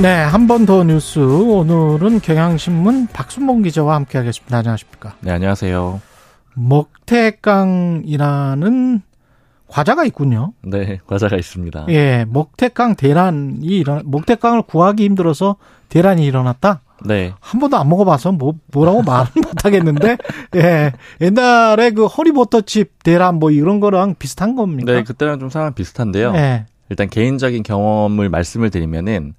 네, 한 번 더 뉴스. 오늘은 경향신문 박순봉 기자와 함께하겠습니다. 안녕하십니까? 네, 안녕하세요. 먹태깡이라는 과자가 있군요. 네, 과자가 있습니다. 예, 먹태깡 대란이 일어 먹태깡을 구하기 힘들어서 대란이 일어났다. 네. 한 번도 안 먹어봐서 뭐 뭐라고 말은 못하겠는데, 예, 옛날에 그 허리버터칩 대란 뭐 이런 거랑 비슷한 겁니까? 네, 그때랑 좀 상황 비슷한데요. 예, 일단 개인적인 경험을 말씀을 드리면은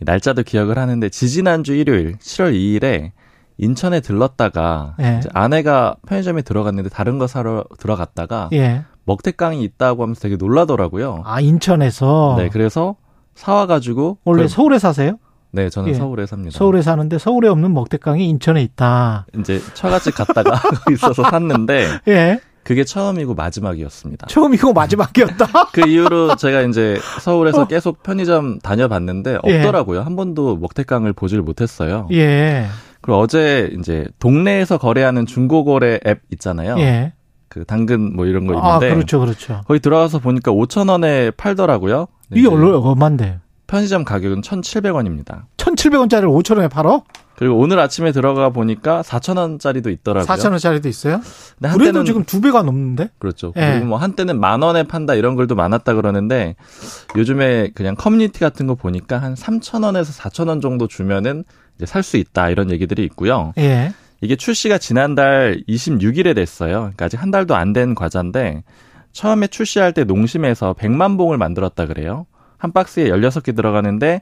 이 날짜도 기억을 하는데 지지난주 일요일 7월 2일에 인천에 들렀다가 네. 이제 아내가 편의점에 들어갔는데 다른 거 사러 들어갔다가 예. 먹태깡이 있다고 하면서 되게 놀라더라고요. 아 인천에서 네, 그래서 사와가지고 원래 그걸- 서울에 사세요? 네, 저는 예. 서울에 삽니다. 서울에 사는데 서울에 없는 먹태깡이 인천에 있다. 이제 처갓집 갔다가 거기 있어서 샀는데 예. 그게 처음이고 마지막이었습니다. 처음이고 마지막이었다. 그 이후로 제가 이제 서울에서 계속 편의점 다녀봤는데 어. 예. 없더라고요. 한 번도 먹태깡을 보질 못했어요. 예. 그리고 어제 이제 동네에서 거래하는 중고거래 앱 있잖아요. 예. 그 당근 뭐 이런 거 있는데 아, 그렇죠, 그렇죠. 거기 들어가서 보니까 5천 원에 팔더라고요. 근데 이게 이제 얼마, 얼만데? 편의점 가격은 1,700원입니다. 1,700원짜리를 5,000원에 팔어? 그리고 오늘 아침에 들어가 보니까 4천 원짜리도 있더라고요. 4,000원짜리도 있어요? 근데 그래도 한때는- 지금 두 배가 넘는데? 그렇죠. 예. 그리고 뭐 한때는 만 원에 판다 이런 글도 많았다 그러는데 요즘에 그냥 커뮤니티 같은 거 보니까 한 3천 원에서 4천 원 정도 주면은 이제 살 수 있다 이런 얘기들이 있고요. 예. 이게 출시가 지난달 26일에 됐어요. 그러니까 아직 한 달도 안 된 과자인데 처음에 출시할 때 농심에서 100만 봉을 만들었다 그래요. 한 박스에 16개 들어가는데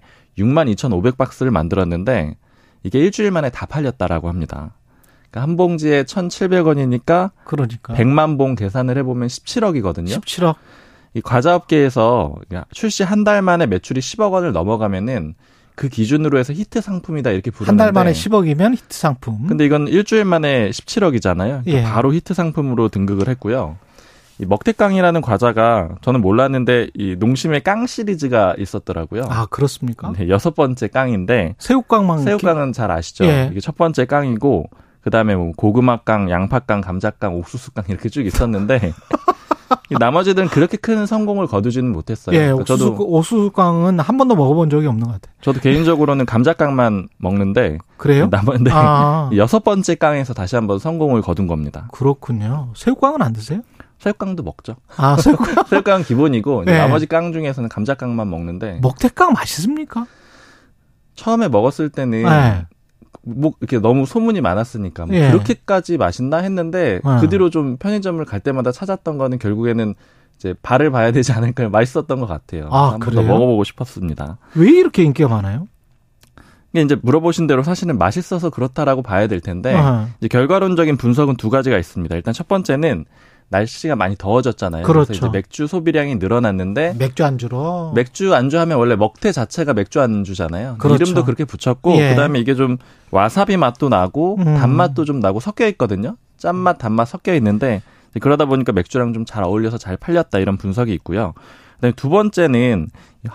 62,500박스를 만들었는데 이게 일주일 만에 다 팔렸다라고 합니다. 그러니까 한 봉지에 1,700원이니까 그러니까. 100만 봉 계산을 해보면 17억이거든요. 17억. 이 과자업계에서 출시 한 달 만에 매출이 10억 원을 넘어가면은 그 기준으로 해서 히트 상품이다 이렇게 부르는데 한 달 만에 10억이면 히트 상품. 근데 이건 일주일 만에 17억이잖아요. 그러니까 예. 바로 히트 상품으로 등극을 했고요. 이 먹태깡이라는 과자가 저는 몰랐는데 이 농심의 깡 시리즈가 있었더라고요. 아, 그렇습니까? 네, 여섯 번째 깡인데 새우깡만. 새우깡은 잘 아시죠? 예. 이게 첫 번째 깡이고 그다음에 뭐 고구마깡, 양파깡, 감자깡, 옥수수깡 이렇게 쭉 있었는데 이 나머지들은 그렇게 큰 성공을 거두지는 못했어요. 예, 그러니까 옥수수, 저도 옥수수깡은 한 번도 먹어본 적이 없는 것 같아요. 저도 개인적으로는 감자깡만 먹는데 그래요? 나머지 네. 예. 아, 여섯 번째 깡에서 다시 한번 성공을 거둔 겁니다. 그렇군요. 새우깡은 안 드세요? 새우깡도 먹죠. 아, 새우깡. 새우깡은 기본이고 이제 네. 나머지 깡 중에서는 감자깡만 먹는데 먹태깡 맛있습니까? 처음에 먹었을 때는 예. 뭐 이렇게 너무 소문이 많았으니까 뭐 예. 그렇게까지 맛있나 했는데 예. 그 뒤로 좀 편의점을 갈 때마다 찾았던 거는 결국에는 이제 발을 봐야 되지 않을까 맛있었던 것 같아요. 아, 한 번 더 그래요? 먹어보고 싶었습니다. 왜 이렇게 인기가 많아요? 이게 이제 물어보신 대로 사실은 맛있어서 그렇다라고 봐야 될 텐데 아. 이제 결과론적인 분석은 두 가지가 있습니다. 일단 첫 번째는 날씨가 많이 더워졌잖아요. 그렇죠. 래서 이제 맥주 소비량이 늘어났는데 맥주 안주로. 맥주 안주하면 원래 먹태 자체가 맥주 안주잖아요. 그렇죠. 이름도 그렇게 붙였고 예. 그다음에 이게 좀 와사비 맛도 나고 음. 단맛도 좀 나고 섞여 있거든요. 짠맛, 단맛 섞여 있는데 이제 그러다 보니까 맥주랑 좀 잘 어울려서 잘 팔렸다 이런 분석이 있고요. 그다음에 두 번째는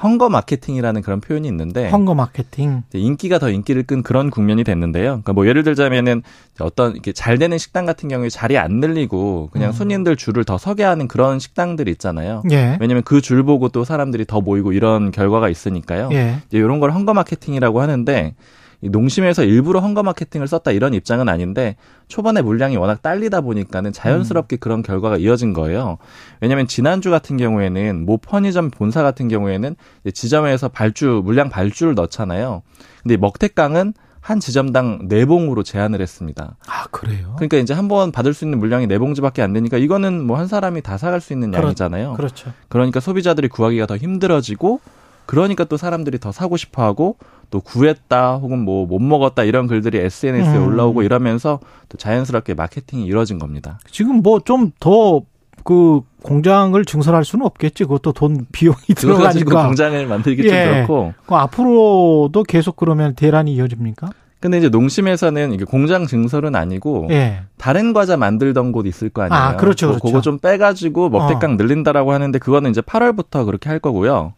헝거 마케팅이라는 그런 표현이 있는데 헝거 마케팅. 이제 인기가 더 인기를 끈 그런 국면이 됐는데요. 그러니까 뭐 예를 들자면은 어떤 이렇게 잘 되는 식당 같은 경우에 자리 안 늘리고 그냥 음. 손님들 줄을 더 서게 하는 그런 식당들 있잖아요. 예. 왜냐면 그 줄 보고 또 사람들이 더 모이고 이런 결과가 있으니까요. 예. 이제 이런 걸 헝거 마케팅이라고 하는데 이 농심에서 일부러 헝거 마케팅을 썼다 이런 입장은 아닌데 초반에 물량이 워낙 딸리다 보니까는 음. 자연스럽게 그런 결과가 이어진 거예요. 왜냐면 지난주 같은 경우에는 모 편의점 본사 같은 경우에는 이제 지점에서 발주 물량 발주를 넣잖아요. 근데 먹태깡은 한 지점당 네 봉으로 제한을 했습니다. 아, 그래요? 그러니까 이제 한 번 받을 수 있는 물량이 네 봉지밖에 안 되니까 이거는 뭐 한 사람이 다 사갈 수 있는 그렇- 양이잖아요. 그, 렇죠 그러니까 소비자들이 구하기가 더 힘들어지고 그러니까 또 사람들이 더 사고 싶어하고 또 구했다 혹은 뭐 못 먹었다 이런 글들이 SNS에 음. 올라오고 이러면서 또 자연스럽게 마케팅이 이루어진 겁니다. 지금 뭐 좀 더 그 공장을 증설할 수는 없겠지. 그것도 돈 비용이 그거 가지고 들어가니까. 공장을 만들기 좀 예. 그렇고 그 앞으로도 계속 그러면 대란이 이어집니까? 근데 이제 농심에서는 이게 공장 증설은 아니고 예. 다른 과자 만들던 곳 있을 거 아니에요. 뭐 아, 그렇죠, 그거- 그렇죠. 어. 그거 좀 빼가지고 먹태깡 늘린다라고 하는데 그거는 이제 8월부터 그렇게 할 거고요.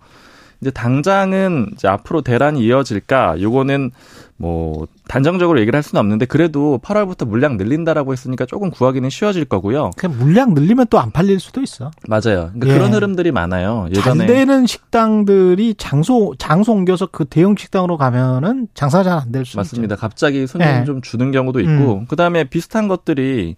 이제 당장은 이제 앞으로 대란이 이어질까? 요거는 뭐 단정적으로 얘기를 할 수는 없는데 그래도 8월부터 물량 늘린다라고 했으니까 조금 구하기는 쉬워질 거고요. 그냥 물량 늘리면 또 안 팔릴 수도 있어. 맞아요. 그러니까 예. 그런 흐름들이 많아요. 예전에 잘 되는 식당들이 장소 장소 옮겨서 그 대형 식당으로 가면은 장사 잘 안 될 수 있죠. 맞습니다. 갑자기 손님 예. 좀 주는 경우도 있고 그다음에 비슷한 것들이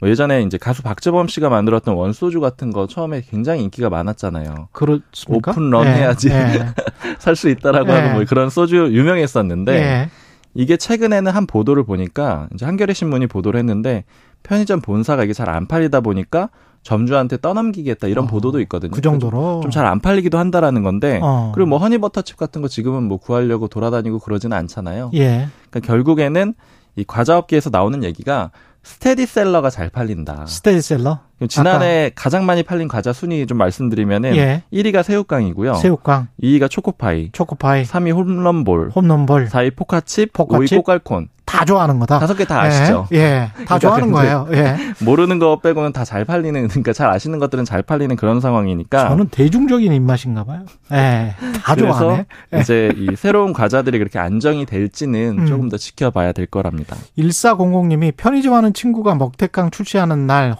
뭐 예전에 이제 가수 박재범 씨가 만들었던 원소주 같은 거 처음에 굉장히 인기가 많았잖아요. 그렇습니까? 오픈런 해야지. 살 수 있다라고 예. 하는 뭐 그런 소주 유명했었는데 예. 이게 최근에는 한 보도를 보니까 이제 한겨레 신문이 보도를 했는데 편의점 본사가 이게 잘 안 팔리다 보니까 점주한테 떠넘기겠다 이런 어, 보도도 있거든요. 그 정도로 좀 잘 안 팔리기도 한다라는 건데 어. 그리고 뭐 허니버터칩 같은 거 지금은 뭐 구하려고 돌아다니고 그러지는 않잖아요. 예. 그러니까 결국에는 이 과자 업계에서 나오는 얘기가 스테디셀러가 잘 팔린다. 스테디셀러. 지난해 가장 많이 팔린 과자 순위 좀 말씀드리면은 예. 1위가 새우깡이고요. 새우깡, 2위가 초코파이, 초코파이, 3위 홈런볼, 홈런볼 4위 포카칩, 포카칩. 5위 꼬깔콘. 다 좋아하는 거다. 다섯 개 다 아시죠? 그러니까 예. 예. 다 좋아하는 거예요. 예. 모르는 거 빼고는 다 잘 팔리는 그러니까 잘 아시는 것들은 잘 팔리는 그런 상황이니까 저는 대중적인 입맛인가 봐요. 예. 다 그래서 좋아하네. 이제 이 새로운 과자들이 그렇게 안정이 될지는 음. 조금 더 지켜봐야 될 거랍니다. 1400님이 편의점 하는 친구가 먹태깡 출시하는 날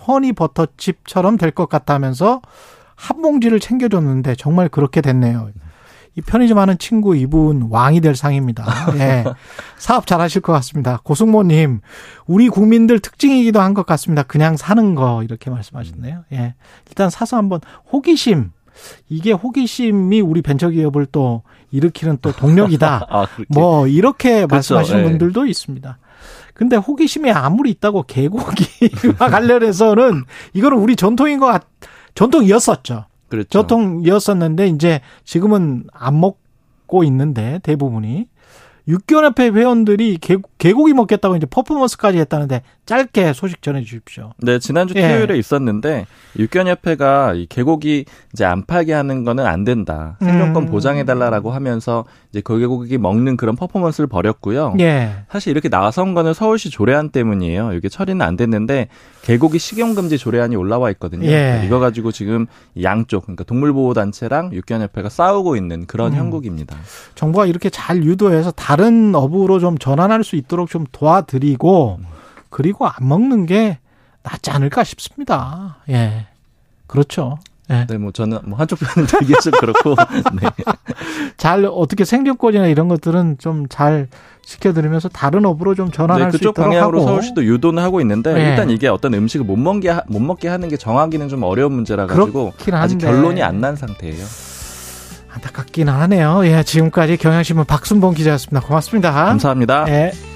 허니버터칩처럼 될 것 같다면서 한 봉지를 챙겨줬는데 정말 그렇게 됐네요. 이 편의점 하는 친구 이분 왕이 될 상입니다. 예. 사업 잘하실 것 같습니다. 고승모님, 우리 국민들 특징이기도 한 것 같습니다. 그냥 사는 거 이렇게 말씀하셨네요. 예. 일단 사서 한번 호기심. 이게 호기심이 우리 벤처기업을 또 일으키는 또 동력이다. 아, 그렇게. 뭐 이렇게 그렇죠. 말씀하시는 예. 분들도 있습니다. 근데 호기심이 아무리 있다고 개고기와 관련해서는 이거는 우리 전통인 것 같, 전통이었었죠. 그렇죠. 전통이었었는데 이제 지금은 안 먹고 있는데 대부분이 육견협회 회원들이 개, 개고기 먹겠다고 이제 퍼포먼스까지 했다는데 짧게 소식 전해 주십시오. 네, 지난주 예. 토요일에 있었는데 육견협회가 이 개고기 이제 안 팔게 하는 거는 안 된다. 생존권 음. 보장해 달라라고 하면서 이제 그 개고기 먹는 그런 퍼포먼스를 벌였고요. 예. 사실 이렇게 나선 거는 서울시 조례안 때문이에요. 이게 처리는 안 됐는데 개고기 식용금지 조례안이 올라와 있거든요. 그러니까 예. 이거 가지고 지금 양쪽 그러니까 동물보호단체랑 육견협회가 싸우고 있는 그런 음. 형국입니다. 정부가 이렇게 잘 유도해서 다른 업으로 좀 전환할 수 있도록 좀 도와드리고 그리고 안 먹는 게 낫지 않을까 싶습니다. 예. 그렇죠. 예. 네, 뭐 저는 뭐 한쪽 편은 되게 좀 그렇고 네. 잘 어떻게 생존권이나 이런 것들은 좀 잘 시켜드리면서 다른 업으로 좀 전환할 네, 수 그쪽 있도록 방향으로 하고 서울시도 유도는 하고 있는데 예. 일단 이게 어떤 음식을 못 먹게 하- 못 먹게 하는 게 정하기는 좀 어려운 문제라 가지고 그렇긴 한데 아직 결론이 안 난 상태예요. 안타깝긴 하네요. 예, 지금까지 경향신문 박순봉 기자였습니다. 고맙습니다. 감사합니다. 예.